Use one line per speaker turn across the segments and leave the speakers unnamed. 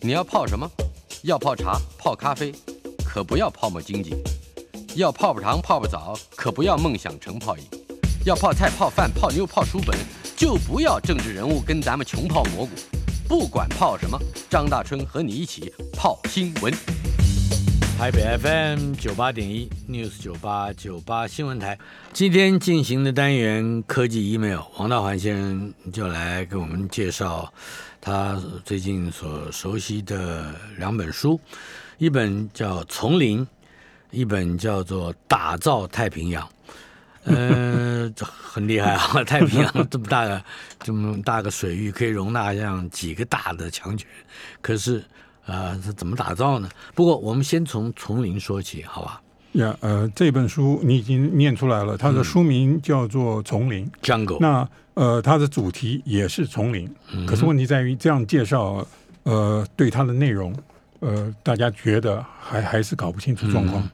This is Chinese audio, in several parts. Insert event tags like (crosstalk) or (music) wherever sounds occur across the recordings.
你要泡什么？要泡茶、泡咖啡，可不要泡沫经济；要泡泡糖、泡泡澡，可不要梦想成泡影；要泡菜、泡饭、泡妞、泡书本，就不要政治人物跟咱们穷泡蘑菇。不管泡什么，张大春和你一起泡新闻。
台北 FM 九八点一 News 九八九八新闻台，今天进行的单元科技 email，黄大环先生就来给我们介绍他最近所熟悉的两本书，一本叫《丛林》，一本叫做《打造太平洋》。呃，这很厉害啊！ (laughs) 太平洋这么大个这么大个水域，可以容纳像几个大的强权，可是啊，呃它怎么打造呢？不过我们先从丛林说起，好吧
呀，呃，这本书你已经念出来了，它的书名叫做《丛林》。
？Jungle，
那呃，它的主题也是丛林，
嗯
可是问题在于这样介绍，呃，对它的内容，呃，大家觉得还还是搞不清
嗯
楚状况。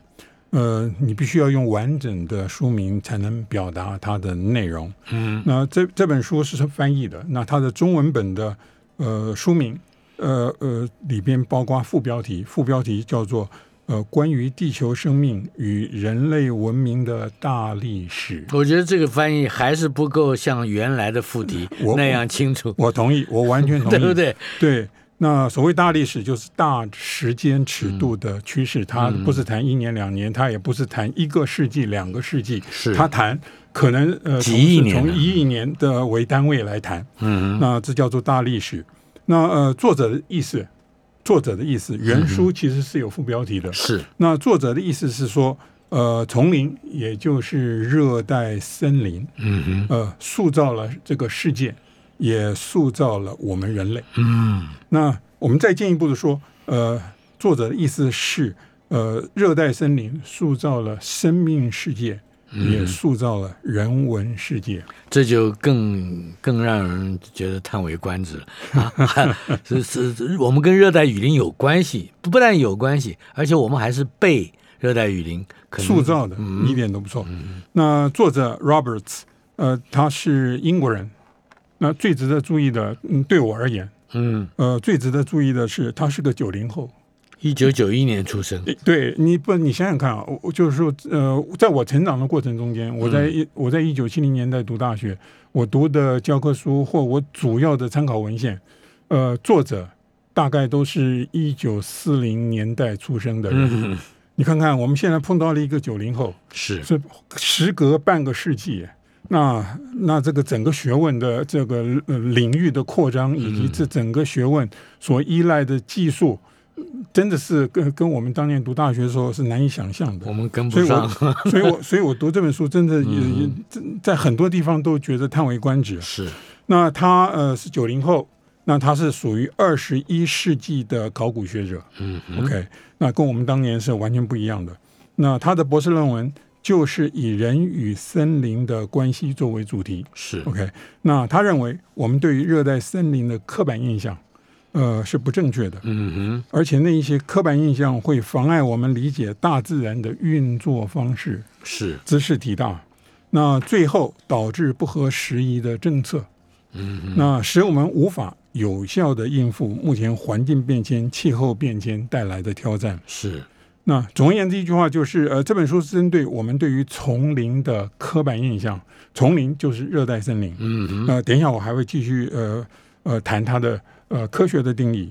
呃，你必须要用完整的书名才能表达它的内容。
嗯，
那这这本书是翻译的，那它的中文本的呃书名，呃呃里边包括副标题，副标题叫做呃关于地球生命与人类文明的大历史。
我觉得这个翻译还是不够像原来的副题
我
那样清楚，
我同意，我完全同意，
(laughs) 对不对？
对，那所谓大历史就是大时间尺
嗯
度的趋势，它不是谈一年两年，它也不是谈一个世纪、两个世纪，
是
它谈可能呃，
几
从
亿
是
年
从
呢
一亿年的为单位来谈，
嗯
那这叫做大历史。那呃，作者的意思，作者的意思，原书其实是有副标题的。
嗯是
那作者的意思是说，呃，丛林也就是热带森林，
嗯哼
呃，塑造了这个世界，也塑造了我们人类。
嗯
那我们再进一步的说，呃，作者的意思是，呃，热带森林塑造了生命世界，也塑造了人文世界。
这就更更让人觉得叹为观止了 (laughs) 啊！是是，是我们跟热带雨林有关系，不但有关系，而且我们还是被热带雨林可能
塑造的，一点都不错。那作者 Roberts，呃，他是英国人。那最值得注意的，嗯，对我而言，
嗯，
呃，最值得注意的是，他是个九零后。
一九九一年出生，
诶对你不，你想想看啊，我我就是说，呃，在我成长的过程中间，我在一、我在一九七零年代读大学，我读的教科书或我主要的参考文献，呃，作者大概都是一九四零年代出生的人。
嗯，
你看看，我们现在碰到了一个九零后，
是
是时隔半个世纪，那那这个整个学问的这个呃领域的扩张，以及这整个学问所依赖的技术，真的是跟跟我们当年读大学的时候是难以想象的
我。们跟
所
不
以我
上，，嗯
所以我，所以我读这本书，真的
(laughs)
也也真在很多地方都觉得叹为观止。啊
是
那他呃是九零后，那他是属于二十一世纪的考古学者。
嗯
，OK，那跟我们当年是完全不一样的。那他的博士论文就是以人与森林的关系作为主题。
是
OK，那他认为我们对于热带森林的刻板印象，呃是不正确的，
嗯哼，
而且那一些刻板印象会妨碍我们理解大自然的运作方式。
是
知识体大，那最后导致不合时宜的政策，嗯，那使我们无法有效的应付目前环境变迁、气候变迁带来的挑战。
是，
那总而言之，一句话就是，呃，这本书是针对我们对于丛林的刻板印象，丛林就是热带森林，
嗯哼，
呃，等一下我还会继续呃呃谈它的呃科学的定义。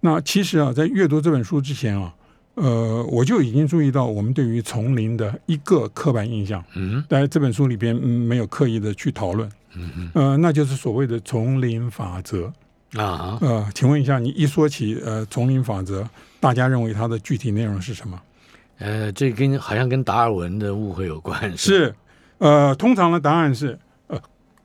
那其实啊，在阅读这本书之前啊，呃，我就已经注意到我们对于丛林的一个刻板印象。
嗯
在这本书里边、嗯没有刻意的去讨论，
嗯
呃，那就是所谓的丛林法则。
哼啊，
呃，请问一下，你一说起呃丛林法则，大家认为它的具体内容是什么？
呃，这跟好像跟达尔文的误会有关，吧，
是，呃，通常的答案是呃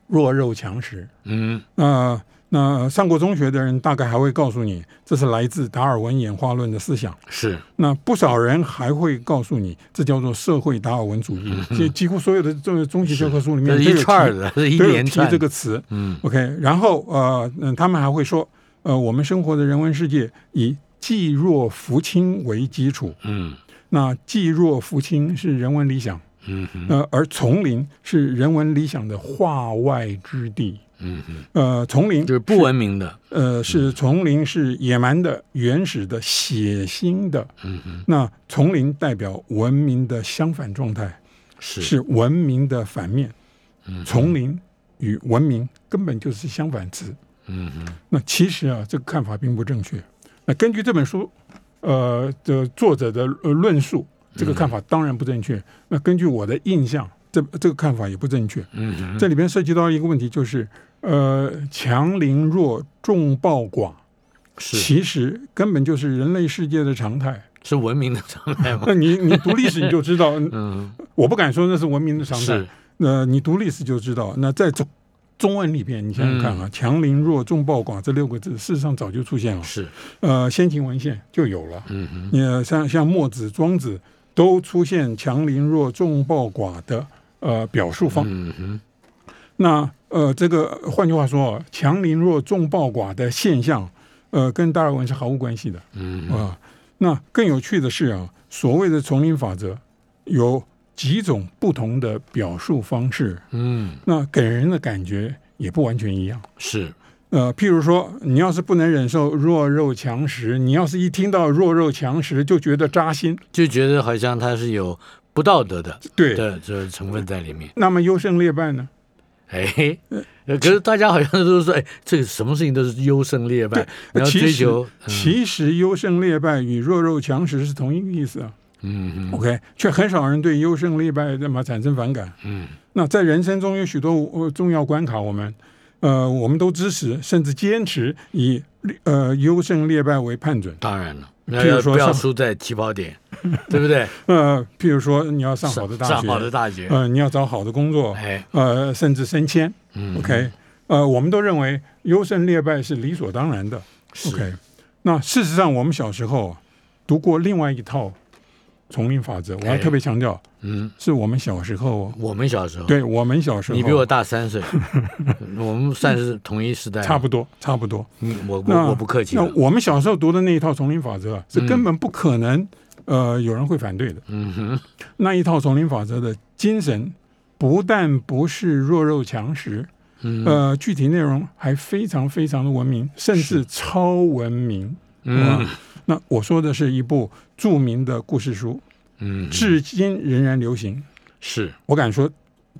弱肉强食。
嗯
呃，那上过中学的人大概还会告诉你，这是来自达尔文演化论的思想。
是
那不少人还会告诉你，这叫做社会达尔文主义。几几乎所有的中中学教科书里面
嗯这
都
是
有
一
提
串儿的，是一
都有
连
提
串
这个词。
嗯
OK，然后呃，嗯，他们还会说，呃，我们生活的人文世界以济弱扶倾为基础，
嗯
那济弱扶倾是人文理想，
嗯哼，
呃，而丛林是人文理想的化外之地。
嗯嗯，
呃，丛林
就是不文明的，
呃，是丛林是野蛮的、原始的、血腥的。
嗯嗯，
那丛林代表文明的相反状态，
是
是文明的反面。
嗯
丛林与文明根本就是相反词。
嗯嗯
那其实啊，这个看法并不正确。那根据这本书，呃的作者的呃论述，
嗯
这个看法当然不正确。那根据我的印象，这这个看法也不正确。
嗯嗯，
这里边涉及到一个问题，就是呃，强凌弱，众暴寡，
是
其实根本就是人类世界的常态。
是文明的常
(laughs)
态吗？
那你你读历史你就知道，
(laughs) 嗯，
我不敢说那是文明的常态
是。
那呃你读历史就知道，那在中中文里边，你想想
嗯
看啊，“强凌弱，众暴寡”这六个字，事实上早就出现了。
是，
呃，先秦文献就有了。
嗯嗯
你呃像像墨子、庄子都出现“强凌弱，众暴寡”的呃表述方。
嗯嗯，
那呃，这个换句话说，啊强凌弱，众暴寡的现象，呃，跟达尔文是毫无关系的。
嗯嗯
啊。那更有趣的是啊，所谓的丛林法则有几种不同的表述方式，
嗯，
那给人的感觉也不完全一样。
是，
呃，譬如说，你要是不能忍受弱肉强食，你要是一听到弱肉强食就觉得扎心，
就觉得好像它是有不道德的
对。
的这成分在里面。
那么优胜劣败呢？
哎，呃可是大家好像都说，哎，这个什么事情都是优胜劣败，你要
呃其
追
实
求，嗯
其实优胜劣败与弱肉强食是同一个意思啊。
嗯嗯
OK，却很少人对优胜劣败那么产生反感。
嗯，
那在人生中有许多呃重要关卡，我们呃我们都支持甚至坚持以呃优胜劣败为判准。
当然了，
譬如
那
说
不要
上
输在起跑点，对不对？
呃，譬如说你要上好的大学，
上好的大学，
呃你要找好的工作，
哎，
呃甚至升迁。
嗯
OK，呃我们都认为优胜劣败是理所当然的。
是
OK，那事实上我们小时候啊读过另外一套丛林法则，我
哎
要特别强调，
嗯，
是我们小时候哦，
我们小时候，
对我们小时候，
你比我大三
(laughs)
岁，我们算是同一时代，
差不多，差不多。
你，我我
那
我不客气
那
了，
我们小时候读的那一套丛林法则啊是根本不可能，呃，有人会反对的。
嗯哼，
那一套丛林法则的精神，不但不是弱肉强食，
嗯
呃，具体内容还非常非常的文明，甚至超文明。
嗯
那我说的是一部著名的故事书，
嗯，
至今仍然流行。
是，
我敢说，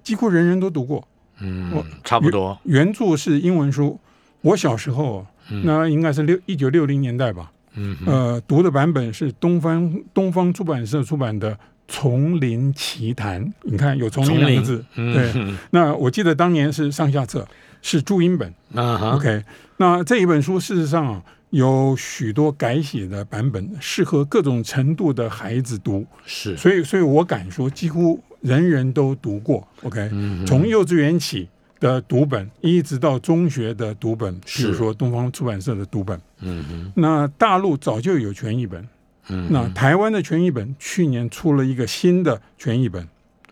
几乎人人都读过。
嗯
我，
差不多，
原著是英文书，我小时候啊
嗯
那应该是六一九六零年代吧。
嗯哼
呃，读的版本是东方东方出版社出版的《丛林奇谭》，你看有“丛林”两个字，对。
嗯
那我记得当年是上下册，是注音本。
哼啊哈
OK，那这一本书事实上、啊、有许多改写的版本，适合各种程度的孩子读，
是，
所以，所以我敢说，几乎人人都读过。OK，
嗯
从幼稚园起。的读本一直到中学的读本，比
是
如说东方出版社的读本，
嗯哼
那大陆早就有权益本，
嗯哼，
那台湾的权益本去年出了一个新的权益本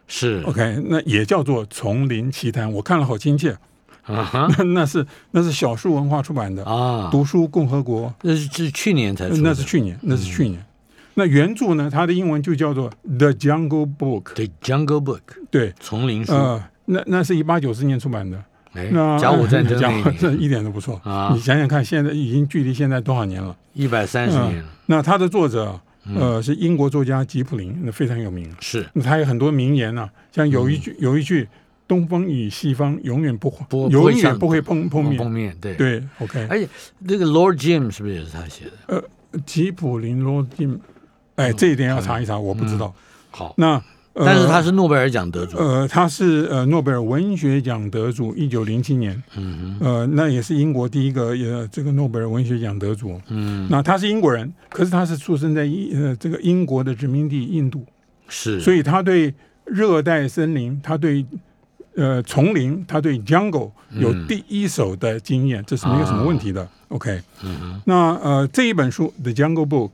是
，OK，那也叫做《丛林奇谭》，我看了好亲切， (laughs)
啊哈
那是那是小树文化出版的《
啊，
读书共和国
那是是去年才》出，
呃那是去年，那是去年。那原著呢，它的英文就叫做《The Jungle Book》，
The Jungle Book
对，
丛林书，
呃，那那是一八九四年出版的，
哎，
那
甲午战争
(laughs) 甲
那
午
一
战
年
一点都不错
啊
你想想看，现在已经距离现在多少年了？
一百三十
嗯
年嗯了，
那它的作者呃是英国作家吉普林，那非常有名。
是
那他有很多名言啊，像有一句、有一句“东方与西方永远不会
嗯不不
永
会
远
相
不会碰碰面”
封面哎对。
对，OK，
而且那个 Lord Jim 是不是也是他写的？
呃吉普林罗定，
嗯
哎，这一点要查一查，我不知道。
好，
那、呃、
嗯但是他是诺贝尔奖得主。
呃，他是呃诺贝尔文学奖得主，一九零七年，
嗯哼，
呃，那也是英国第一个呃这个诺贝尔文学奖得主。
嗯，
那他是英国人，可是他是出生在英呃这个英国的殖民地印度，
是，
所
以
以他对热带森林，他对呃丛林，他对 jungle 有第一手的经验，这是没有什么问题的。OK，、那呃这一本书《The Jungle Book》，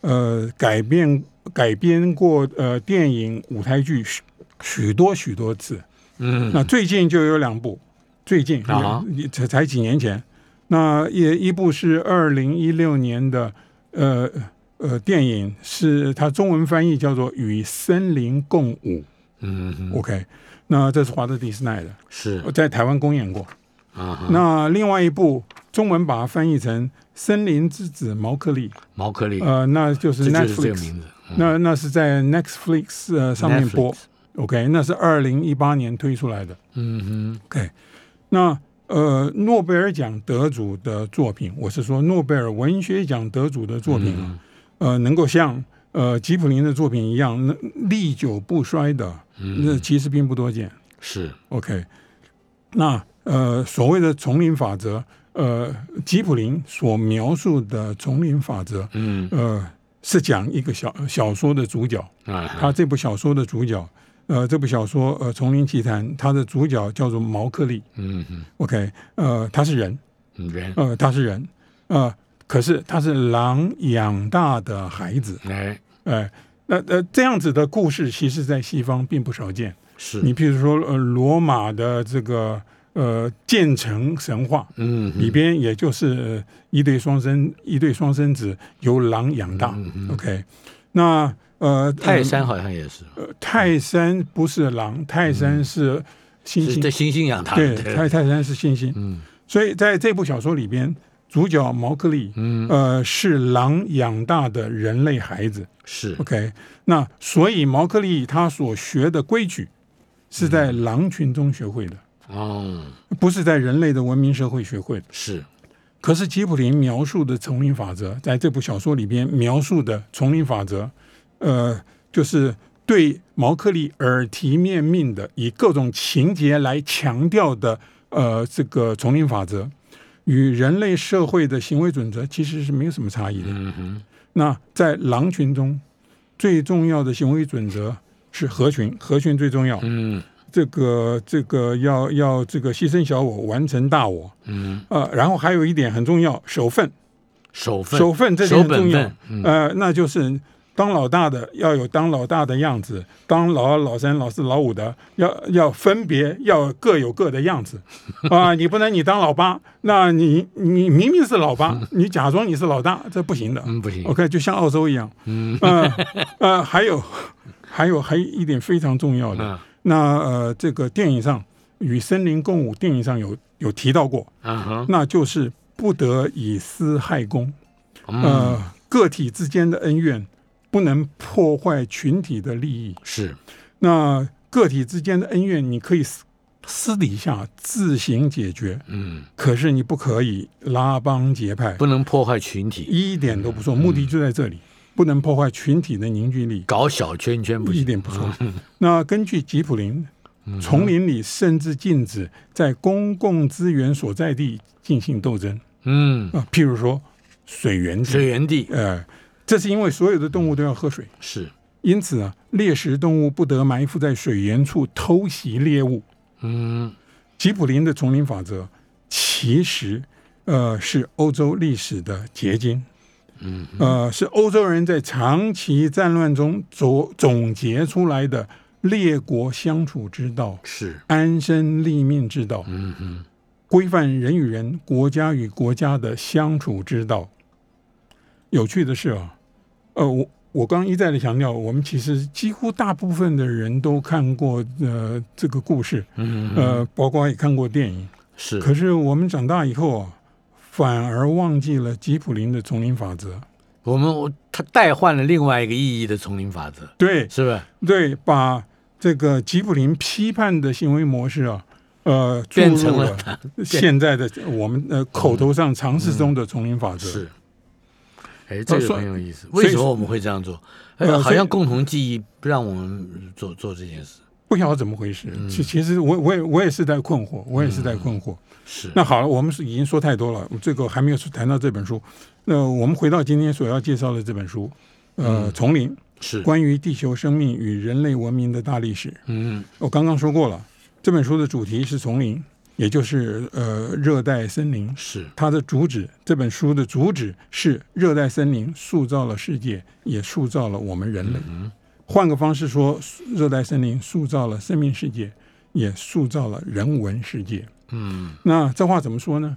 呃改编改编过呃电影、舞台剧许许多许多次。
嗯
那最近就有两部，最近
啊
也才才几年前，那也一部是二零一六年的呃呃电影，是它中文翻译叫做《与森林共舞》。
嗯哼，
OK，那这是华特迪士尼的，
是
在台湾公演过。
啊哈，
那另外一部中文把它翻译成《森林之子毛克利》，
毛克利，
呃，那就是
这就是这个
Netflix，
名字。
那那是在 Netflix 呃上面播
Netflix
，OK，那是二零一八年推出来的。
嗯
，OK，那呃，诺贝尔奖得主的作品，我是说诺贝尔文学奖得主的作品，啊，呃，能够像呃吉普林的作品一样那历久不衰的，那其实并不多见。
哼，是，
OK，那呃，所谓的丛林法则，呃，吉普林所描述的丛林法则，
嗯
呃，是讲一个小小说的主角，
啊，
他这部小说的主角，呃，这部小说呃《丛林奇谭》，它的主角叫做毛克利
嗯哼，
，OK，呃，他是人，
嗯人，
呃，他是人，呃，可是他是狼养大的孩子，
哎，
哎、那呃这样子的故事，其实在西方并不少见。
是，
你譬如说，呃，罗马的这个呃建成神话
嗯哼
里边，也就是呃一对双生一对双生子由狼养大。OK，那呃
泰
山
山好像也是，
嗯泰山不是狼，泰山是猩
嗯是
猩，
这猩猩养大
对，
的，
泰泰山是猩猩。
嗯
所以在这部小说里边，主角毛克利，
嗯，
呃，是狼养大的人类孩子。
是，
OK，那所以毛克利他所学的规矩是在狼群中学会的，
哦，
不是在人类的文明社会学会的。
是，
可是吉卜林描述的丛林法则，在这部小说里边描述的丛林法则，呃，就是对毛克利耳提面命的，以各种情节来强调的，呃，这个丛林法则与人类社会的行为准则其实是没有什么差异的。
嗯哼，
那在狼群中，最重要的行为准则是合群，合群最重要。
嗯
这个这个要要这个牺牲小我，完成大我。
嗯，
呃，然后还有一点很重要，守份，
首份，
守份这点很
守
重
本
要
分。嗯
呃，那就是当老大的要有当老大的样子，当老二、老三、老四、老五的要要分别要各有各的样子
(laughs)
啊、你不能你当老八，那你你明明是老
(laughs)
八，你假装你是老大，这不行的。
嗯，不行，
OK，就像澳洲一样，嗯，
(laughs)
呃，呃还有，还有，还有一点非常重要的，
嗯
那呃，这个电影上与森林共舞，电影上有有提到过，
嗯哼，
那就是不得以私害公，
嗯，
呃，个体之间的恩怨不能破坏群体的利益。
是，
那个体之间的恩怨，你可以私私底下自行解决，
嗯，
可是你不可以拉帮结派，
不嗯能破坏群体，
一点都不错，目的就在这里，不能破坏群体的凝聚力，
搞小圈圈不
一
行，嗯
点不错。那根据吉普林，丛林里甚至禁止在公共资源所在地进行斗争
嗯，
啊、譬如说水源
水
地，
源地
呃，这是因为所有的动物都要喝水，
是，
因此啊，猎食动物不得埋伏在水源处偷袭猎物。
嗯
吉普林的丛林法则其实呃是欧洲历史的结晶，
嗯，
呃是欧洲人在长期战乱中总总结出来的列国相处之道、
是，
安身立命之道、
嗯哼，
规范人与人、国家与国家的相处之道。有趣的是啊，呃，我我刚一再的强调，我们其实几乎大部分的人都看过呃这个故事，
嗯哼，
呃，包括也看过电影。
是，
可是我们长大以后啊，反而忘记了吉普林的丛林法则。
我们我他代换了另外一个意义的丛林法则，
对
是不是？
对，把这个吉普林批判的行为模式啊，呃，注
变
入
成了
了现在的我们呃口头上尝试中的丛林法
嗯
则。
是。哎，这个
呃所以
很有意思。
所以
为什么我们会这样做？呃，
呃
好
所以
像共同记忆不让我们做做这件事。
不晓得怎么回事。
嗯
其其实我我也我也是在困惑，我也是在困惑。
是，
那好了，我们是已经说太多了，这个还没有谈到这本书。那我们回到今天所要介绍的这本书，呃，丛林
嗯是，
关于地球生命与人类文明的大历史。
嗯，
我刚刚说过了，这本书的主题是丛林，也就是呃热带森林。
是，
它的主旨，这本书的主旨是热带森林塑造了世界，也塑造了我们人类。换个方式说，热带森林塑造了生命世界，也塑造了人文世界。
嗯，
那这话怎么说呢？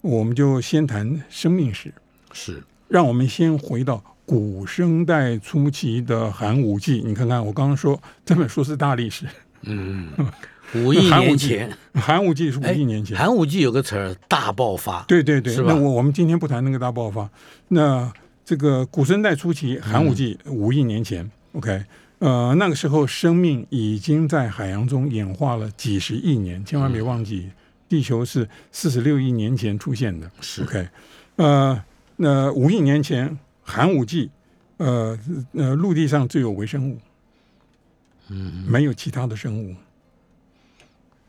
我们就先谈生命史，
是，
让我们先回到古生代初期的寒武纪。你看看，我刚刚说这本书是大历史，
嗯，五亿
寒武
年
纪
前，
寒武纪是五
哎
亿年前，
寒武纪有个词儿大爆发，
对对对
是，吧
那我我们今天不谈那个大爆发，那这个古生代初期，寒武纪
嗯
五亿年前、o k 呃，那个时候生命已经在海洋中演化了几十亿年，千万别
嗯
忘记，地球是四十六亿年前出现的
是
，OK，呃，那五亿年前寒武纪，呃呃，陆地上只有微生物，嗯，没有其他的生物。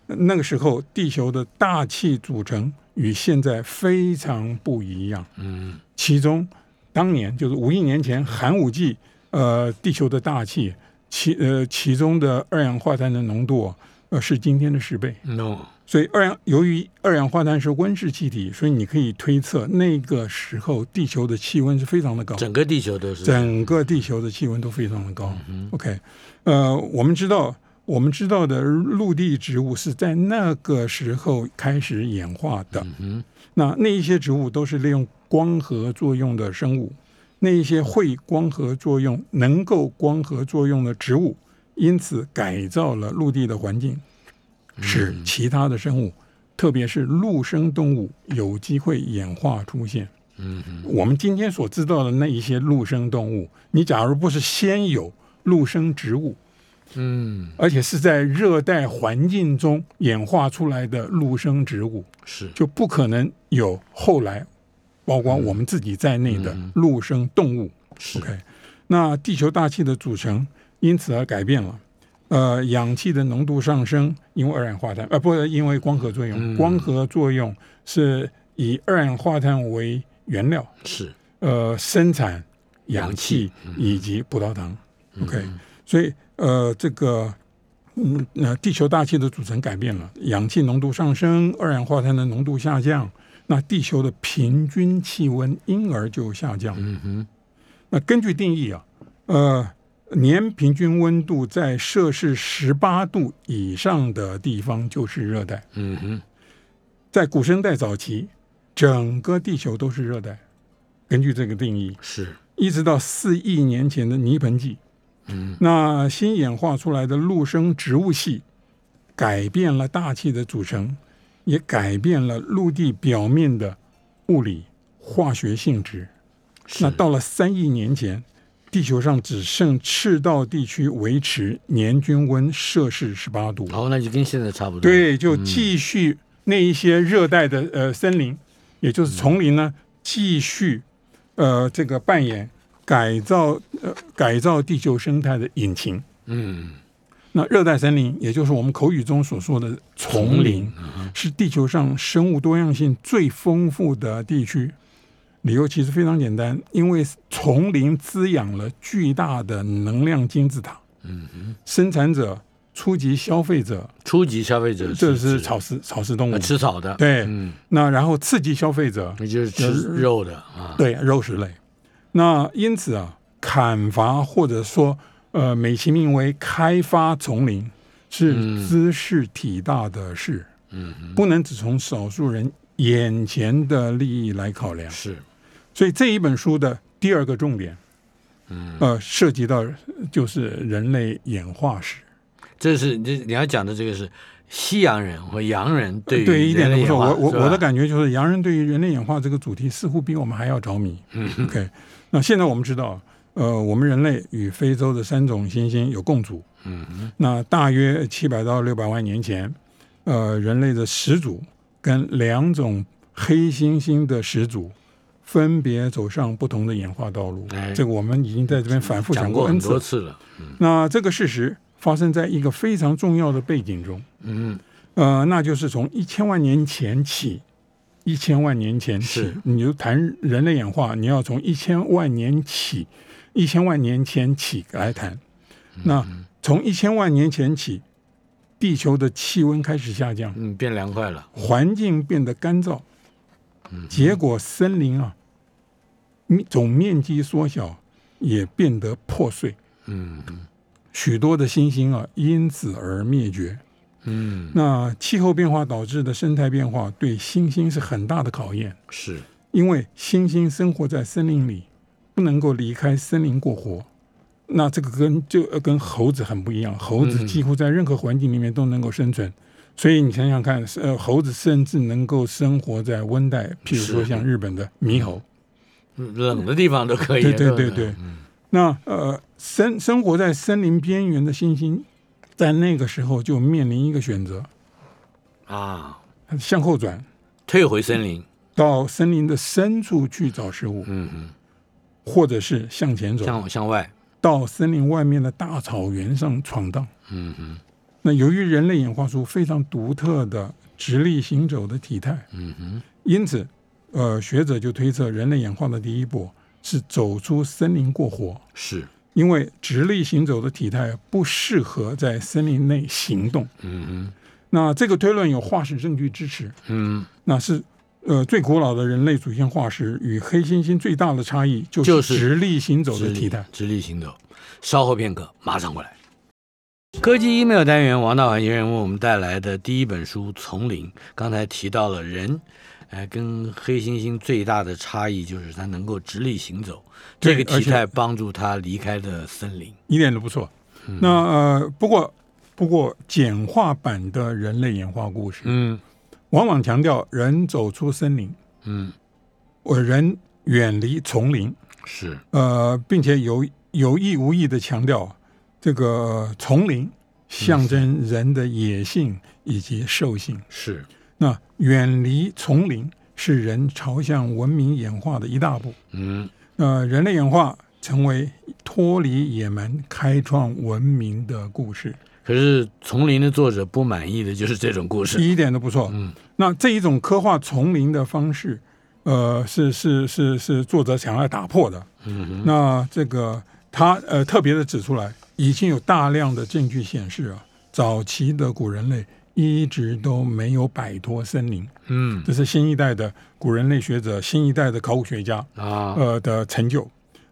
那个时候，地球的大气组成与现在非常不一样。
嗯，
其中，当年就是五亿年前寒武纪，呃，地球的大气其呃其中的二氧化碳的浓度，呃是今天的十倍。
no，
所以二氧由于二氧化碳是温室气体，所以你可以推测那个时候地球的气温是非常的高。
整个地球都是嗯
整个地球的气温都非常的高。OK，呃，我们知道我们知道的陆地植物是在那个时候开始演化的。
嗯哼
那那一些植物都是利用光合作用的生物，那一些会光合作用、能够光合作用的植物，因此改造了陆地的环境，
嗯
使其他的生物。特别是陆生动物有机会演化出现，我们今天所知道的那一些陆生动物，你假如不是先有陆生植物，
嗯
而且是在热带环境中演化出来的陆生植物，
是
就不可能有后来，包括我们自己在内的陆生动物。
是
OK，那地球大气的组成因此而改变了。呃，氧气的浓度上升，因为二氧化碳，呃，不是因为光合作用。光合作用是以二氧化碳为原料，
是
呃生产氧气
嗯
以及葡萄糖。OK，所以呃这个嗯呃地球大气的组成改变了，氧气浓度上升，二氧化碳的浓度下降，那地球的平均气温因而就下降。
嗯哼
那根据定义啊，呃。年平均温度在摄氏十八度以上的地方就是热带，
嗯哼
在古生代早期，整个地球都是热带。根据这个定义，
是
一直到四亿年前的泥盆纪，嗯，那新演化出来的陆生植物系改变了大气的组成，也改变了陆地表面的物理化学性质。
是
那到了三亿年前，地球上只剩赤道地区维持年均温摄氏十八度。
哦，那就跟现在差不多
对，就继续那一些热带的呃森林，也就是丛林呢，继续呃这个扮演改造呃改造地球生态的引擎。
嗯
那热带森林，也就是我们口语中所说的丛
丛
林
林，
是地球上生物多样性最丰富的地区。理由其实非常简单，因为丛林滋养了巨大的能量金字塔，嗯生产者、初级消费者，
初级消费者
这是
指
草食草食动物
呃，吃草的
对
嗯哎
那然后刺激消费者
那就是吃肉的啊
对肉食类。那因此啊，砍伐或者说呃，美其名为开发丛林，是茲事体大的事，嗯，不能只从少数人眼前的利益来考量。
是
所以这一本书的第二个重点，嗯，呃，涉及到就是人类演化史。
这是这你要讲的这个是西洋人或洋人对
对，
于
一点
人
都
类演
不错。
化
我我
是吧
我的感觉就是，洋人对于人类演化这个主题似乎比我们还要着迷。OK，那
嗯
现在我们知道，呃，我们人类与非洲的三种猩猩有共主。嗯，那大约七百到六百万年前，呃，人类的始祖跟两种黑猩猩的始祖。分别走上不同的演化道路，
哎
这个我们已经在这边反复
讲
过
过
n
很
次
多。次了
那这个事实发生在一个非常重要的背景中，
嗯
呃，那就是从一千万年前起，一千万年前起
是，
你就谈人类演化，你要从一千万年起，一千万年前起来谈。
嗯
那从一千万年前起，地球的气温开始下降，
嗯变凉快了
环境变得干燥，
嗯
结果森林啊，面总面积缩小，也变得破碎，
嗯
许多的星星啊因此而灭绝。
嗯
那气候变化导致的生态变化对猩猩是很大的考验，
是
因为猩猩生活在森林里，不能够离开森林过活，那这个跟就呃跟猴子很不一样，猴子几乎在任何环境里面都能够生存。所以你想想看，呃，猴子甚至能够生活在温带，譬如说
是
像日本的猕猴，
嗯冷的地方都嗯可以。
对对
不
对对，那呃，生生活在森林边缘的猩猩，在那个时候就面临一个选择：
啊，
向后转，
退回森林。
到森林的深处去找食物，
嗯
或者是向前
嗯，
走，
向向外。
到森林外面的大草原上闯荡。
嗯嗯
那由于人类演化出非常独特的直立行走的体态，
嗯嗯，
因此，呃，学者就推测人类演化的第一步是走出森林过活，
是。
因为直立行走的体态不适合在森林内行动。
嗯
那这个推论有化石证据支持，
嗯嗯，
那是呃最古老的人类祖先化石与黑猩猩最大的差异就
就是
是直立行走
直
的
立嗯
体态。
直立行走。稍后片刻，马上回来。科技 email 单元，王道涵先生为我们带来的第一本书《丛林》，刚才提到了人，哎、跟黑猩猩最大的差异就是它能够直立行走，这
对
个
而
体
且
态帮助它离开了森林。
一点都不错。
嗯
那呃，不过不过简化版的人类演化故事，
嗯
往往强调人走出森林，
嗯，
我人远离丛林，
是
呃，并且有有意无意的强调这个丛林象征人的野性以及兽性。
是，
那远离丛林是人朝向文明演化的一大步。
嗯
呃，人类演化成为脱离野蛮、开创文明的故事。
可是《丛林》的作者不满意的就是这种故事。
一点都不错。
嗯，
那这一种刻画丛林的方式，呃，是是是是作者想要打破的。
嗯哼，
那这个他呃特别的指出来，已经有大量的证据显示啊，早期的古人类一直都没有摆脱森林，
嗯
这是新一代的古人类学者、新一代的考古学家
啊，
呃的成就。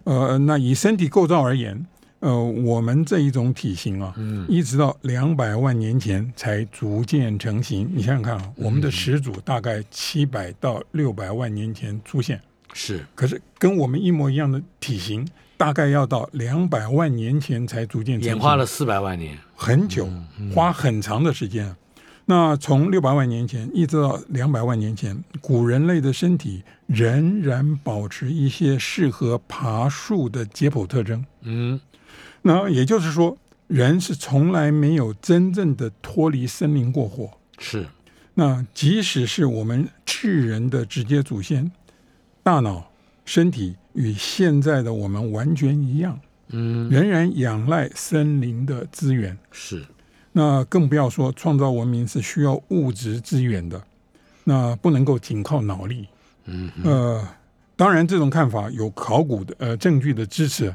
呃，那以身体构造而言，呃，我们这一种体型啊，
嗯
一直到两百万年前才逐渐成型。你想想看啊，
嗯
我们的始祖大概七百到六百万年前出现，
是
可是跟我们一模一样的体型，大概要到两百万年前才逐渐成型
演化了四百万年。
很久，花很长的时间啊。那从六百万年前一直到两百万年前，古人类的身体仍然保持一些适合爬树的解剖特征。
嗯
那也就是说，人是从来没有真正的脱离森林过活。
是，
那即使是我们智人的直接祖先，大脑、身体与现在的我们完全一样，
嗯
仍然仰赖森林的资源。
是，
那更不要说创造文明是需要物质资源的，那不能够仅靠脑力。
嗯哼
呃，当然，这种看法有考古的呃证据的支持，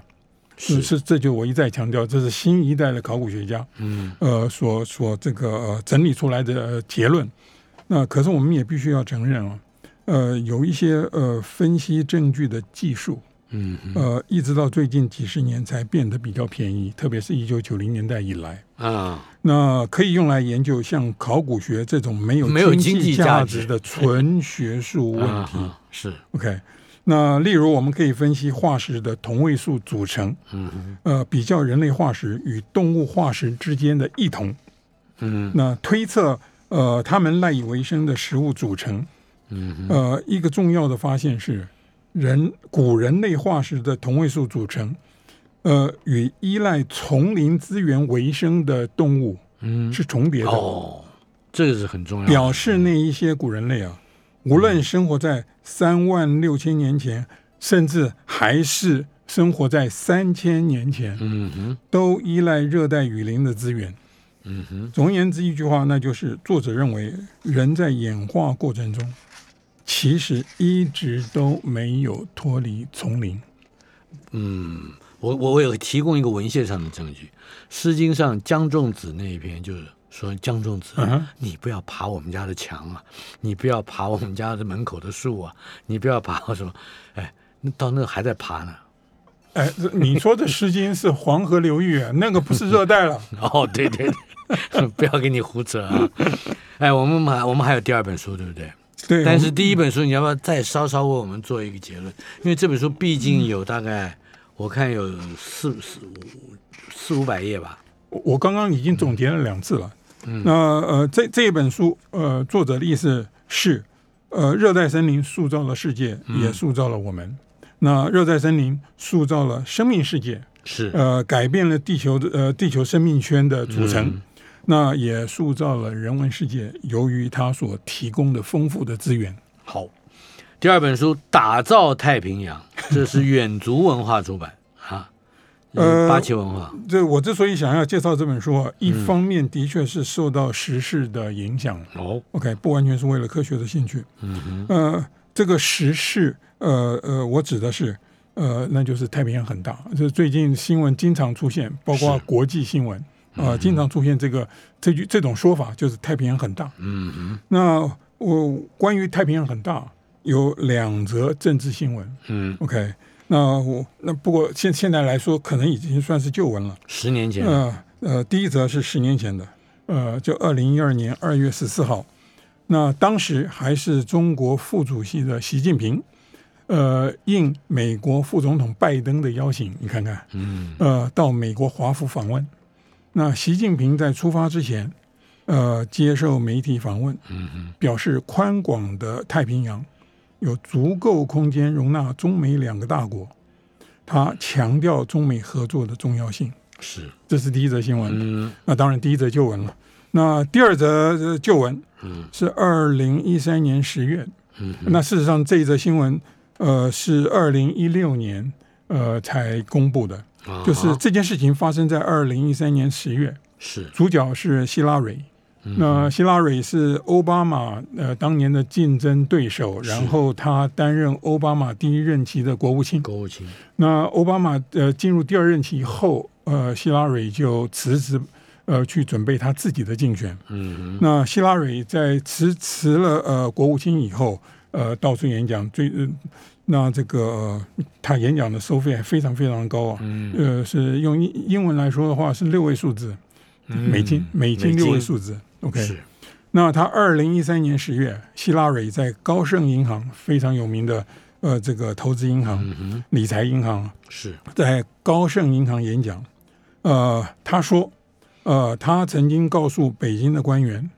是
是，
是，这就我一再强调，这是新一代的考古学家
嗯
呃所所这个、呃、整理出来的、呃结论。那可是我们也必须要承认啊，呃，有一些呃分析证据的技术，
嗯嗯
呃，一直到最近几十年才变得比较便宜，特别是一九九零年代以来。
啊，
那可以用来研究像考古学这种没有
没有经济
济
价
价
值
值的纯学术问
啊
题。
哈是，
OK，那例如我们可以分析化石的同位素组成，
嗯哼
呃，比较人类化石与动物化石之间的异同，
嗯
那推测呃它们赖以为生的食物组成。
嗯哼
呃，一个重要的发现是，人古人类化石的同位素组成，呃，与依赖丛林资源为生的动物
嗯
是重叠的。
哦，这个是很重要的，
表示那一些古人类啊，无论生活在三万六千年前，甚至还是生活在三千年前，
嗯哼
都依赖热带雨林的资源。
嗯哼
总而言之，一句话，那就是作者认为人在演化过程中，其实一直都没有脱离丛林。
嗯，我我我有提供一个文献上的证据，《诗经》上江仲子那一篇就是说江仲子。
嗯哼
你不要爬我们家的墙啊！你不要爬我们家的门口的树啊！你不要爬我什么？哎，那到那还在爬呢。
哎，这你说的《诗经》是黄河流域啊，那个不是热
(laughs)
带了。
哦，对对对， (laughs) 不要跟你胡扯啊！ (laughs) 哎，我们还我们还有第二本书，对不对？
对，
但是第一本书，你要不要再稍稍为我们做一个结论？因为这本书毕竟有大概，我看有四四五四五百页吧。
我我刚刚已经总结了两次了。那呃，这这一本书，呃，作者的意思是，呃，热带森林塑造了世界，也塑造了我们。那热带森林塑造了生命世界，
是，
呃，改变了地球的呃地球生命圈的组成，那也塑造了人文世界。由于它所提供的丰富的资源，
好，第二本书《打造太平洋》，
(laughs)
这是远足文化出版啊，
呃
八旗文化，
这我之所以想要介绍这本书啊，一方面的确是受到时事的影响
哦，
，OK，不完全是为了科学的兴趣。嗯呃，这个时事，呃呃，我指的是。呃，那就是太平洋很大，这最近新闻经常出现，包括
是嗯
国际新闻啊、呃经常出现这个这句这种说法，就是太平洋很大。
嗯哼，
那我关于太平洋很大有两则政治新闻
嗯，
，OK，那我那不过现现在来说，可能已经算是旧闻了。
十年前，
呃呃，第一则是十年前的，呃，就二零一二年二月十四号，那当时还是中国副主席的习近平，呃，应美国副总统拜登的邀请，你看看，
嗯，
呃，到美国华府访问。那习近平在出发之前，呃，接受媒体访问，
嗯
表示宽广的太平洋有足够空间容纳中美两个大国。他强调中美合作的重要性，
是，
这是第一则新闻。
嗯
那当然，第一则旧闻了。那第二则呃旧闻
嗯
是二零一三年十月。
嗯哼，
那事实上，这一则新闻，呃，是二零一六年呃才公布的。
啊
就是
哈
这件事情发生在二零一三年十月，
是，
主角是希拉蕊。
嗯
那希拉蕊是奥巴马呃当年的竞争对手，然后他担任奥巴马第一任期的国务卿。
国务卿，
那奥巴马呃进入第二任期后，呃，希拉蕊就辞职，呃，去准备他自己的竞选。
嗯哼，
那希拉蕊在辞辞了呃国务卿以后，呃，到处演讲，最、呃、那这个、呃他演讲的收费还非常非常高啊，
嗯
呃，是用英英文来说的话是六位数字，美金美金六位数字。OK，
嗯是，
那他二零一三年十月，希拉蕊在高盛银行非常有名的呃这个投资银行、
嗯哼，
理财银行啊
是，
在高盛银行演讲，呃，他说，呃，他曾经告诉北京的官员，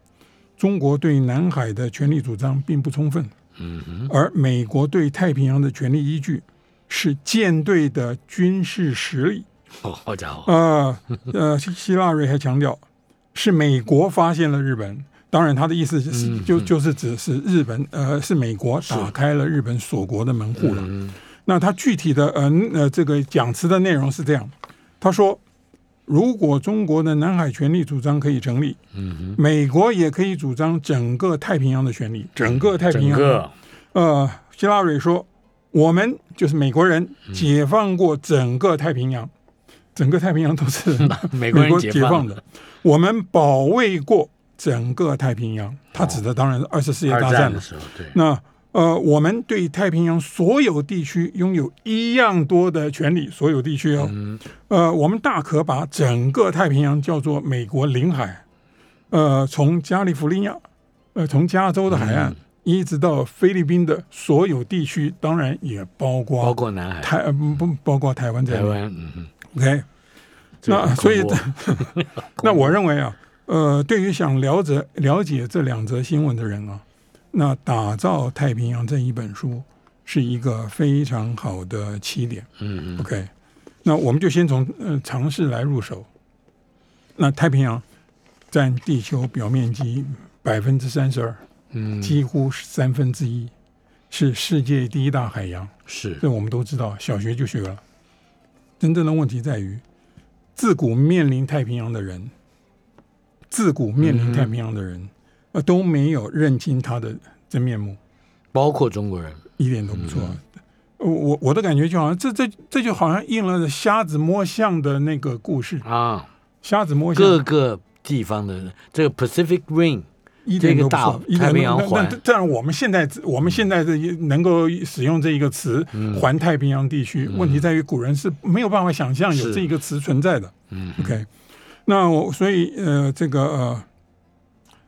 中国对南海的权利主张并不充分，
嗯哼，
而美国对太平洋的权利依据是舰队的军事实力。
哦，好家伙，
呃呃，希希腊瑞还强调，是美国发现了日本。当然，他的意思是、
嗯
就就是指是日本，呃，是美国打开了日本锁国的门户了。
嗯
那他具体的呃呃这个讲词的内容是这样，他说，如果中国的南海权利主张可以成立，
嗯哼，
美国也可以主张整个太平洋的权利，整个太平
整
洋。
个
呃，希拉蕊说，我们就是美国人
嗯
解放过整个太平洋，整个太平洋都是
(laughs)
(laughs)
美国人
美国
解
解放
了
的，我们保卫过整个太平洋。他指的当然是二次世界
二
大
战
战了
的。时候，对，
那呃，我们对太平洋所有地区拥有一样多的权利，所有地区哦。
嗯
呃，我们大可把整个太平洋叫做美国领海，呃，从加利福尼亚，呃，从加州的海岸、
嗯
一直到菲律宾的所有地区，当然也包括
包括南海、
台呃不不包括台湾在
台
内。
湾，嗯哼，
OK，
这个
那所以 (laughs)
恐怖
那我认为啊，呃，对于想了解了解这两则新闻的人啊，那《打造太平洋》这一本书是一个非常好的起点。
嗯嗯
OK，那我们就先从呃尝试来入手。那太平洋占地球表面积百分之三十二，
嗯
几乎是三分之一，是世界第一大海洋。
是
这我们都知道，小学就学了。真正的问题在于，自古面临太平洋的人，自古面临太平洋的人，呃，都没有认清它的真面目，
包括中国人，
一点都不错。
嗯
呃我我的感觉就好像这这这就好像应了瞎子摸象的那个故事，
啊，
瞎子摸
各
象
个地方的这个 Pacific Ring
一点都不
这个
错
大，
一点
太
都
平洋
不错
环
但但但然我们现在我们现在的也能够使用这一个词
嗯
“环太平洋地区”，问题在于古人是没有办法想象有
是
这一个词存在的。
嗯
OK，那我所以呃，这个呃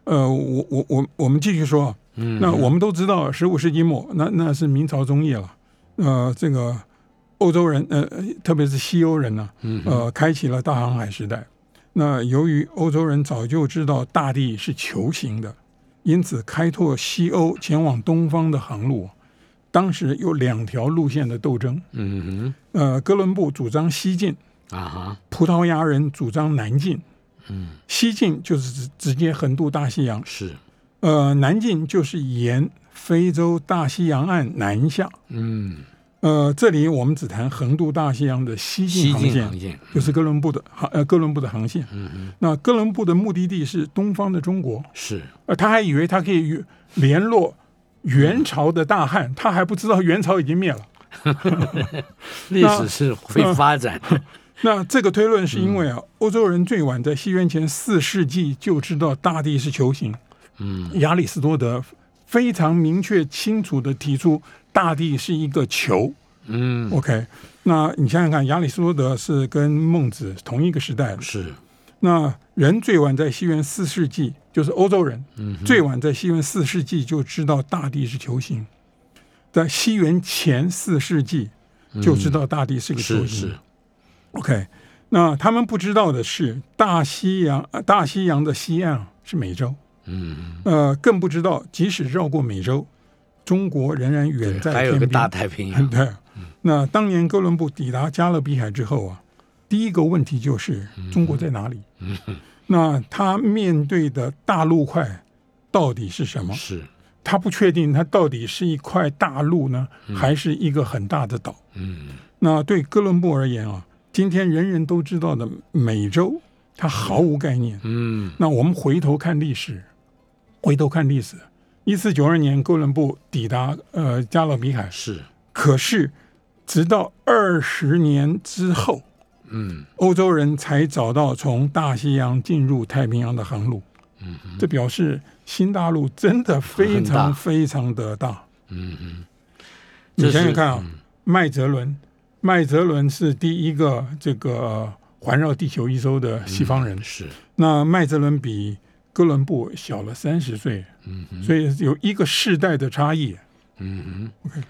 呃，我我我我们继续说，
嗯，
那我们都知道，十五世纪末，那那是明朝中叶了，呃，这个。欧洲人，呃，特别是西欧人呢、
嗯
呃，开启了大航海时代。那由于欧洲人早就知道大地是球形的，因此开拓西欧前往东方的航路，当时有两条路线的斗争。
嗯
呃，哥伦布主张西进，
哼，啊哈，
葡萄牙人主张南进。嗯，西进就是直直接横渡大西洋，
是，
呃，南进就是沿非洲大西洋岸南下。
嗯，
呃，这里我们只谈横渡大西洋的西进
西
航
进
线，
航线，
就是哥伦布的航呃哥伦布的航线。
嗯哼，
那哥伦布的目的地是东方的中国，
是，
呃，他还以为他可以与联络元朝的大
嗯
汉，他还不知道元朝已经灭了。
历史是会发展的，
(laughs) 那这个推论是因为
嗯
啊，欧洲人最晚在西元前四世纪就知道大地是球形。
嗯，
亚里士多德非常明确清楚的提出，大地是一个球。
嗯，
OK，那你想想看，亚里士多德是跟孟子同一个时代的，
是，
那人最晚在西元四世纪，就是欧洲人，
嗯
最晚在西元四世纪就知道大地是球形，在西元前四世纪就知道大地是个球
嗯是
形。
是，
OK，那他们不知道的是，大西洋呃大西洋的西岸是美洲，
嗯，
呃，更不知道即使绕过美洲，中国仍然远
对，
在
还有
天
个
边。
大太平洋，
(laughs) 对，那当年哥伦布抵达加勒比海之后啊，第一个问题就是中国在哪里？ (laughs) 那他面对的大陆块到底是什么？
是，
他不确定，它到底是一块大陆呢，还是一个很大的岛？
嗯，
那对哥伦布而言啊，今天人人都知道的美洲，他毫无概念。
嗯，
那我们回头看历史，回头看历史，一四九二年哥伦布抵达呃加勒比海，
是，
可是，直到二十年之后，
嗯，
欧洲人才找到从大西洋进入太平洋的航路。
嗯，
这表示新大陆真的非
很大
常非常的大。
嗯嗯，
你
这
想
是嗯
想看啊，麦哲伦，麦哲伦是第一个这个呃环绕地球一周的西方人。
是，
那麦哲伦比哥伦布小了三十岁，
嗯哼，
所以有一个世代的差异。
嗯哼，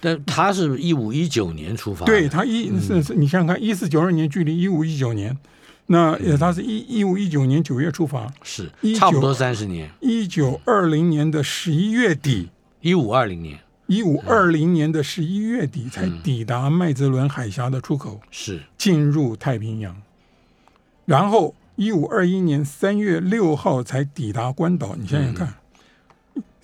但他是一五一九年出发的，
对他一是是，你想想看，一四九二年距离一五一九年，那呃他是一一五一九年九月出发，
是
19
差不多三十年，
一九二零年的十一月底，
一五二零年
一五二零年的十一月底才抵达麦哲伦海峡的出口，
是，
进入太平洋，然后一五二一年三月六号才抵达关岛。你想想看。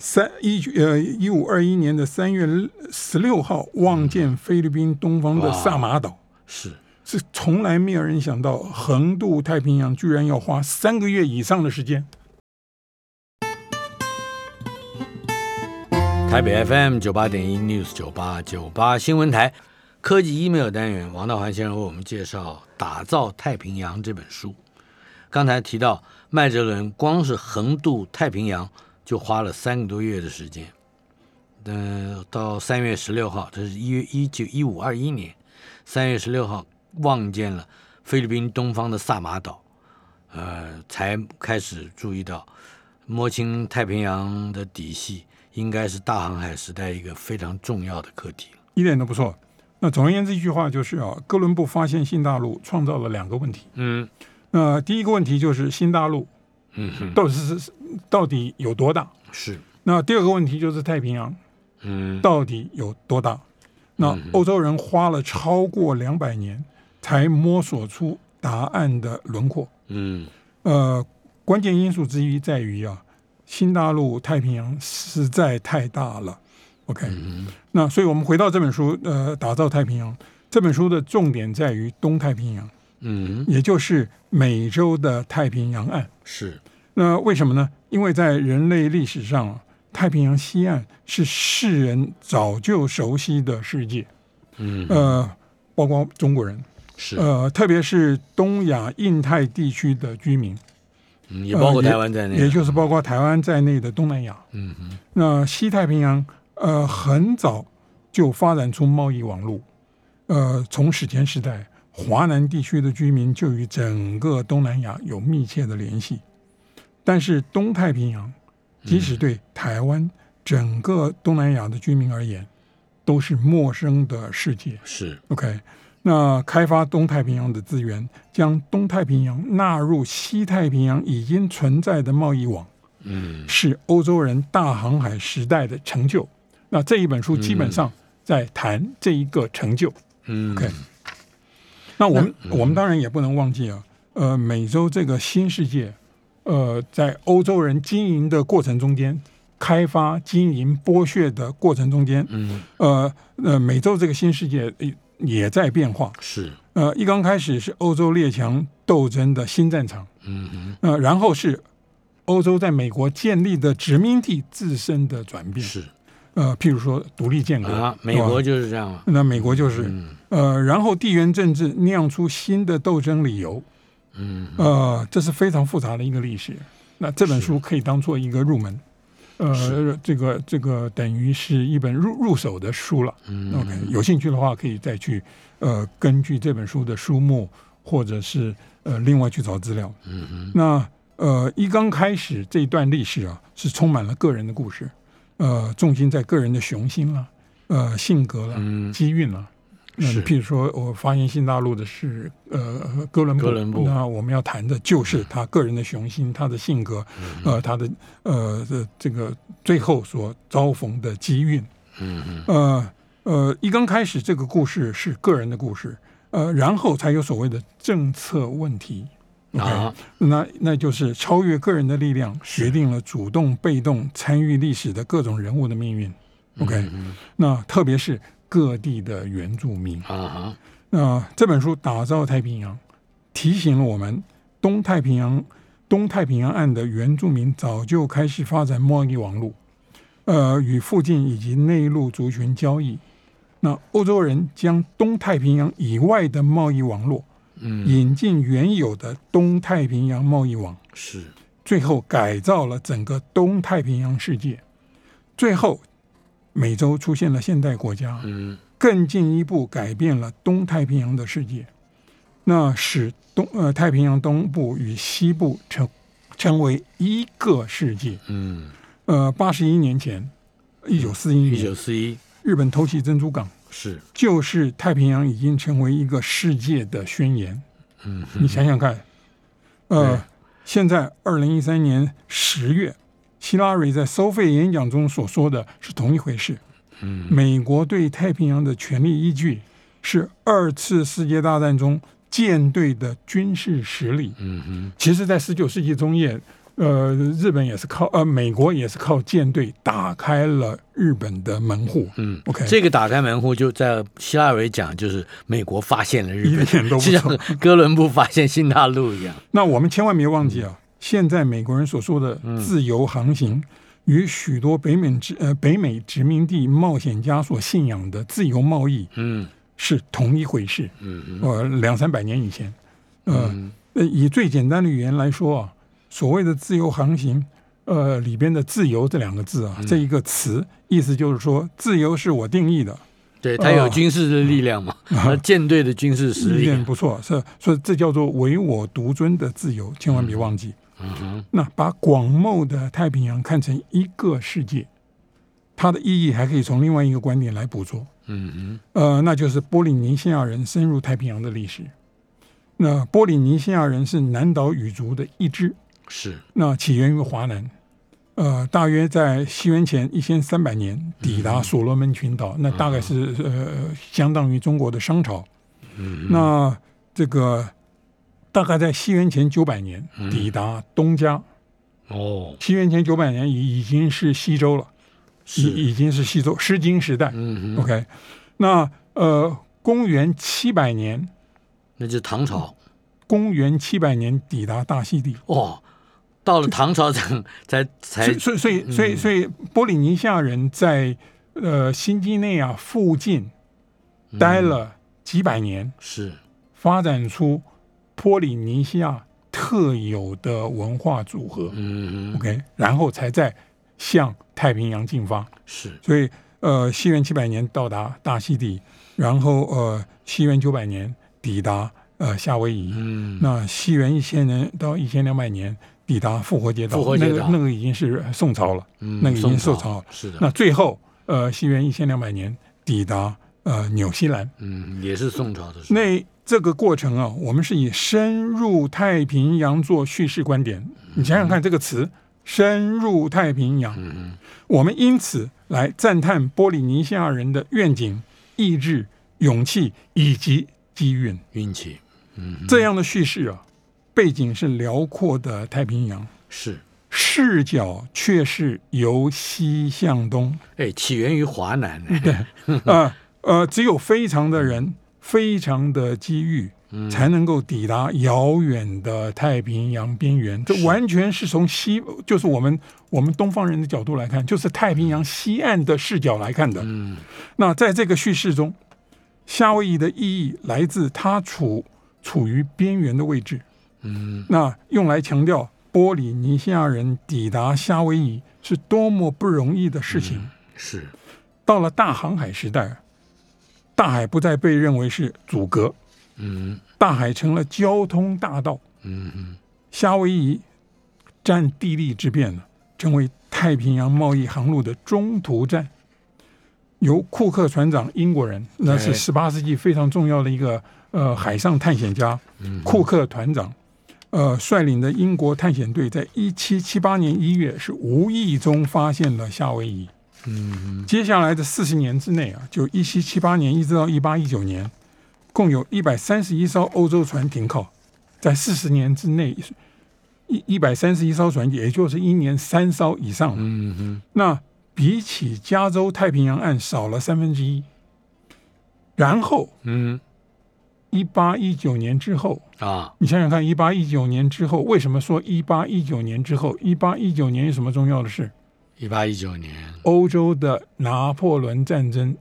三一九呃一五二一年的三月十六号，望见菲律宾东方的
哇
萨马岛。
是，
是从来没有人想到横渡太平洋居然要花三个月以上的时间。
台北 FM 九八点一 News 九八九八新闻台科技 email 单元，王道涵先生为我们介绍《打造太平洋》这本书。刚才提到麦哲伦光是横渡太平洋就花了三个多月的时间，嗯、到三月十六号，这是一月一九一五二一年三月十六号望见了菲律宾东方的萨马岛，呃，才开始注意到摸清太平洋的底细，应该是大航海时代一个非常重要的课题了。
一点都不错。那总而言之，一句话就是啊，哥伦布发现新大陆创造了两个问题。
嗯
那第一个问题就是新大陆
嗯哼，
到底是到底有多大？
是，
那第二个问题就是太平洋
嗯
到底有多大？那欧洲人花了超过两百年才摸索出答案的轮廓。
嗯
呃，关键因素之一在于啊，新大陆太平洋实在太大了。OK，、那
嗯
所以我们回到这本书，呃，打造太平洋这本书的重点在于东太平洋，
嗯，
也就是美洲的太平洋岸。
是，
那为什么呢？因为在人类历史上啊，太平洋西岸是世人早就熟悉的世界，
嗯
呃，包括中国人，
是，
呃，特别是东亚印太地区的居民。
嗯也包括
呃也
台湾在内，
也就是包括台湾在内的东南亚。
嗯哼，
那西太平洋，呃，很早就发展出贸易网络，呃，从史前时代，华南地区的居民就与整个东南亚有密切的联系。但是东太平洋，即使对台湾整个东南亚的居民而言，都是陌生的世界。
是
OK，那开发东太平洋的资源，将东太平洋纳入西太平洋已经存在的贸易网，
嗯
是欧洲人大航海时代的成就。那这一本书基本上在谈这一个成就。
嗯
OK，那我们我们当然也不能忘记啊，呃，美洲这个新世界，呃，在欧洲人经营的过程中间，开发、经营、剥削的过程中间，
嗯
呃呃，美洲这个新世界也也在变化。
是
呃，一刚开始是欧洲列强斗争的新战场，
嗯哼
呃，然后是欧洲在美国建立的殖民地自身的转变，
是
呃，譬如说独立建国
啊，美国
是吧
就是这样嘛，
那美国就是、
嗯
呃，然后地缘政治酿出新的斗争理由，
嗯
呃，这是非常复杂的一个历史。那这本书可以当做一个入门，呃
是，
这个这个等于是一本入入手的书了。
嗯
OK，有兴趣的话可以再去呃，根据这本书的书目，或者是呃，另外去找资料。
嗯哼
那呃，一刚开始这一段历史啊，是充满了个人的故事，呃，重心在个人的雄心啦、呃，性格啦、
嗯
机运啦、那
是
譬如说，我发现新大陆的是呃哥伦布，
哥伦布
那我们要谈的就是他个人的雄心、他的性格，
嗯
呃，他的呃这这个最后所遭逢的机运。
嗯哼
呃呃，一刚开始这个故事是个人的故事，呃，然后才有所谓的政策问题。OK，、
啊
那那就是超越个人的力量，决定了主动、被动参与历史的各种人物的命运。OK，、
嗯
那特别是各地的原住民。
啊哈
那这本书打造太平洋，提醒了我们东太平洋东太平洋岸的原住民早就开始发展贸易网络，呃，与附近以及内陆族群交易。那欧洲人将东太平洋以外的贸易网络
嗯
引进原有的东太平洋贸易网，
是
最后改造了整个东太平洋世界。最后，美洲出现了现代国家，
嗯
更进一步改变了东太平洋的世界，那使东呃太平洋东部与西部成成为一个世界。
嗯
呃，八十一年前，一九四一
一九
年，
四一
日本偷袭珍珠港，
是
就是太平洋已经成为一个世界的宣言。
嗯
你想想看，
对
呃，现在二零一三年十月，希拉蕊在收费演讲中所说的是同一回事。
嗯
美国对太平洋的权力依据是二次世界大战中舰队的军事实力。
嗯哼
其实，在十九世纪中叶，呃，日本也是靠呃，美国也是靠舰队打开了日本的门户。
嗯
OK
这个打开门户就在希腊维讲，就是美国发现了日
一
本，
点都不
就像
错
哥伦布发现新大陆一样。
那我们千万别忘记啊，现在美国人所说的自由航行，与许多北美殖呃北美殖民地冒险家所信仰的自由贸易
嗯
是同一回事。
嗯嗯
呃，两三百年以前，呃，呃以最简单的语言来说啊，所谓的自由航行，呃，里边的“自由”这两个字
嗯
啊，这一个词，意思就是说，自由是我定义的，哦
对他有军事的力量嘛，
嗯
他舰队的军事实
一
力
点
啊。
不错，是，所以这叫做唯我独尊的自由，千万别忘记。
嗯哼，
那把广袤的太平洋看成一个世界，它的意义还可以从另外一个观点来捕捉。
嗯
呃，那就是波利尼西亚人深入太平洋的历史。那波利尼西亚人是南岛语族的一支，
哼，是，
那起源于华南。呃，大约在西元前一千三百年抵
嗯
达所罗门群岛，那大概是呃相当于中国的商朝。
嗯
那这个大概在西元前九百年
嗯
抵达东家，
哦，
西元前九百年已已经是西周了，
是，
已已经是西周《诗经》时代。
嗯哼，
OK，那呃，公元七百年，
那就是唐朝
公元七百年抵达大溪地，
哦，到了唐朝才才才
所以所以所以所以所以波利尼西亚人在呃新几内亚附近待了几百年，
是，
发展出波利尼西亚特有的文化组合。
嗯哼，
OK，然后才再向太平洋进发。
是，
所以呃，西元七百年到达大溪地，然后呃，西元九百年抵达呃夏威夷。
嗯，
那西元一千年到一千两百年抵达复活节岛，
复活节岛
那个那个已经是宋朝了，
嗯
那个已经
宋
受潮了
是的，
那最后呃，西元一千两百年抵达呃纽西兰。
嗯，也是宋朝的时候。
那这个过程啊，我们是以深入太平洋做叙事观点。
嗯
你想想看这个词“深入太平洋”，
嗯
我们因此来赞叹波利尼西亚人的愿景、意志、勇气以及机运。
运气
这样的叙事啊，背景是辽阔的太平洋，
是，
视角却是由西向东。
哎，起源于华南呢。嗯
啊呃，只有非常的人，非常的机遇，
嗯
才能够抵达遥远的太平洋边缘。这完全是从西，就是我们我们东方人的角度来看，就是太平洋西岸的视角来看的。
嗯，
那在这个叙事中，夏威夷的意义来自它处处于边缘的位置。
嗯，
那用来强调波利尼西亚人抵达夏威夷是多么不容易的事情。
是，
到了大航海时代，大海不再被认为是阻隔，
嗯
大海成了交通大道。
嗯嗯，
夏威夷占地利之便呢，成为太平洋贸易航路的中途站。由库克船长，英国人，那是
哎
十八世纪非常重要的一个呃海上探险家，库克团长，呃，率领的英国探险队在一七七八年一月是无意中发现了夏威夷。嗯，接下来的四十年之内啊，就一七七八年一直到一八一九年，共有一百三十一艘欧洲船停靠，在四十年之内，一一百三十一艘船，也就是一年三艘以上。
嗯哼，
那比起加州太平洋岸少了三分之一。然后，
嗯
一八一九年之后，
啊，
你想想看，一八一九年之后，为什么说一八一九年之后？一八一九年有什么重要的事？
一八一九年，
欧洲的拿破仑战争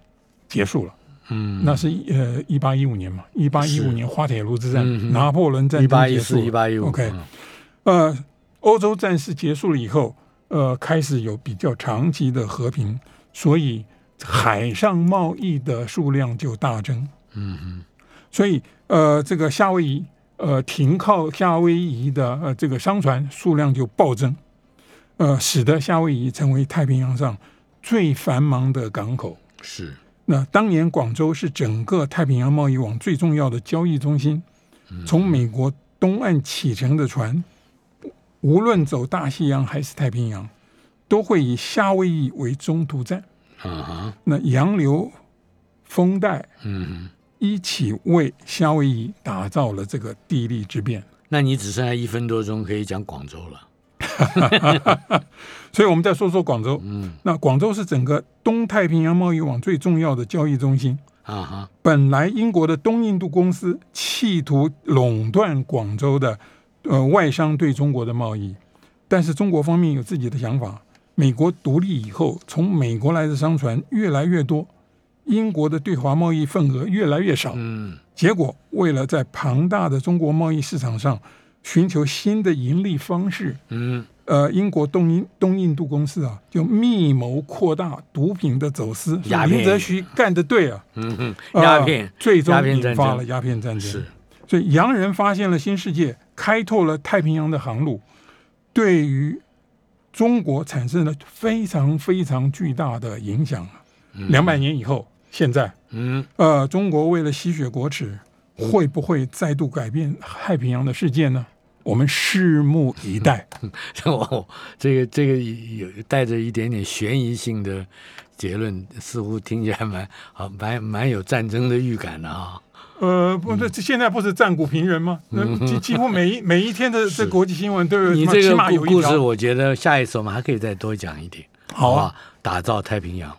结束了，
嗯，
那是呃一八一五年嘛，一八一五年滑铁卢之战，
嗯哼
拿破仑战
一
争
八
结
一
束了
四、一八一五。
OK，
嗯
呃，欧洲战事结束了以后，呃，开始有比较长期的和平，所以海上贸易的数量就大增。
嗯哼，
所以呃，这个夏威夷呃停靠夏威夷的呃这个商船数量就暴增，呃，使得夏威夷成为太平洋上最繁忙的港口。
是，
那当年广州是整个太平洋贸易网最重要的交易中心，从美国东岸启程的船，无论走大西洋还是太平洋，都会以夏威夷为中途站。
嗯哼，
那洋流、风带
嗯哼。
一起为夏威夷打造了这个地利之便。
那你只剩下一分多钟可以讲广州了。
所以我们再说说广州。
嗯
那广州是整个东太平洋贸易网最重要的交易中心。
啊哈，
本来英国的东印度公司企图垄断广州的呃外商对中国的贸易，但是中国方面有自己的想法。美国独立以后，从美国来的商船越来越多，英国的对华贸易份额越来越少。
嗯
结果，为了在庞大的中国贸易市场上寻求新的盈利方式，
嗯
呃，英国东印东印度公司啊，就密谋扩大毒品的走私。
鸦片
林则徐干得对啊！
嗯哼，
呃
鸦片，
最终
鸦片
引
战
发了
争
鸦片战争。
是，
所以洋人发现了新世界，开拓了太平洋的航路，对于中国产生了非常非常巨大的影响啊！两百年以后，现在
嗯
呃，中国为了吸血国耻，会不会再度改变太平洋的世界呢？我们拭目以待。
哦，这个这个有带着一点点悬疑性的结论，似乎听起来蛮好，蛮蛮有战争的预感的啊。
呃，不，这现在不是战鼓平人吗？那几几乎每一每一天的这国际新闻都有，
嗯你这
起
个
码有
故
一
故事，
条。
我觉得下一次我们还可以再多讲一点，
好啊
吧？打造太平洋。